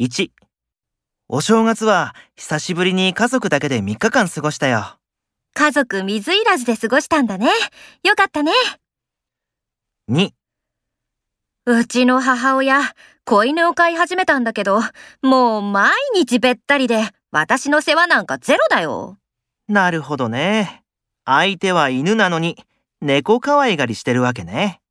1、お正月は久しぶりに家族だけで3日間過ごしたよ。家族水いらずで過ごしたんだね。よかったね。 2、うちの母親、子犬を飼い始めたんだけど、もう毎日べったりで、私の世話なんかゼロだよ。なるほどね。相手は犬なのに猫可愛がりしてるわけね。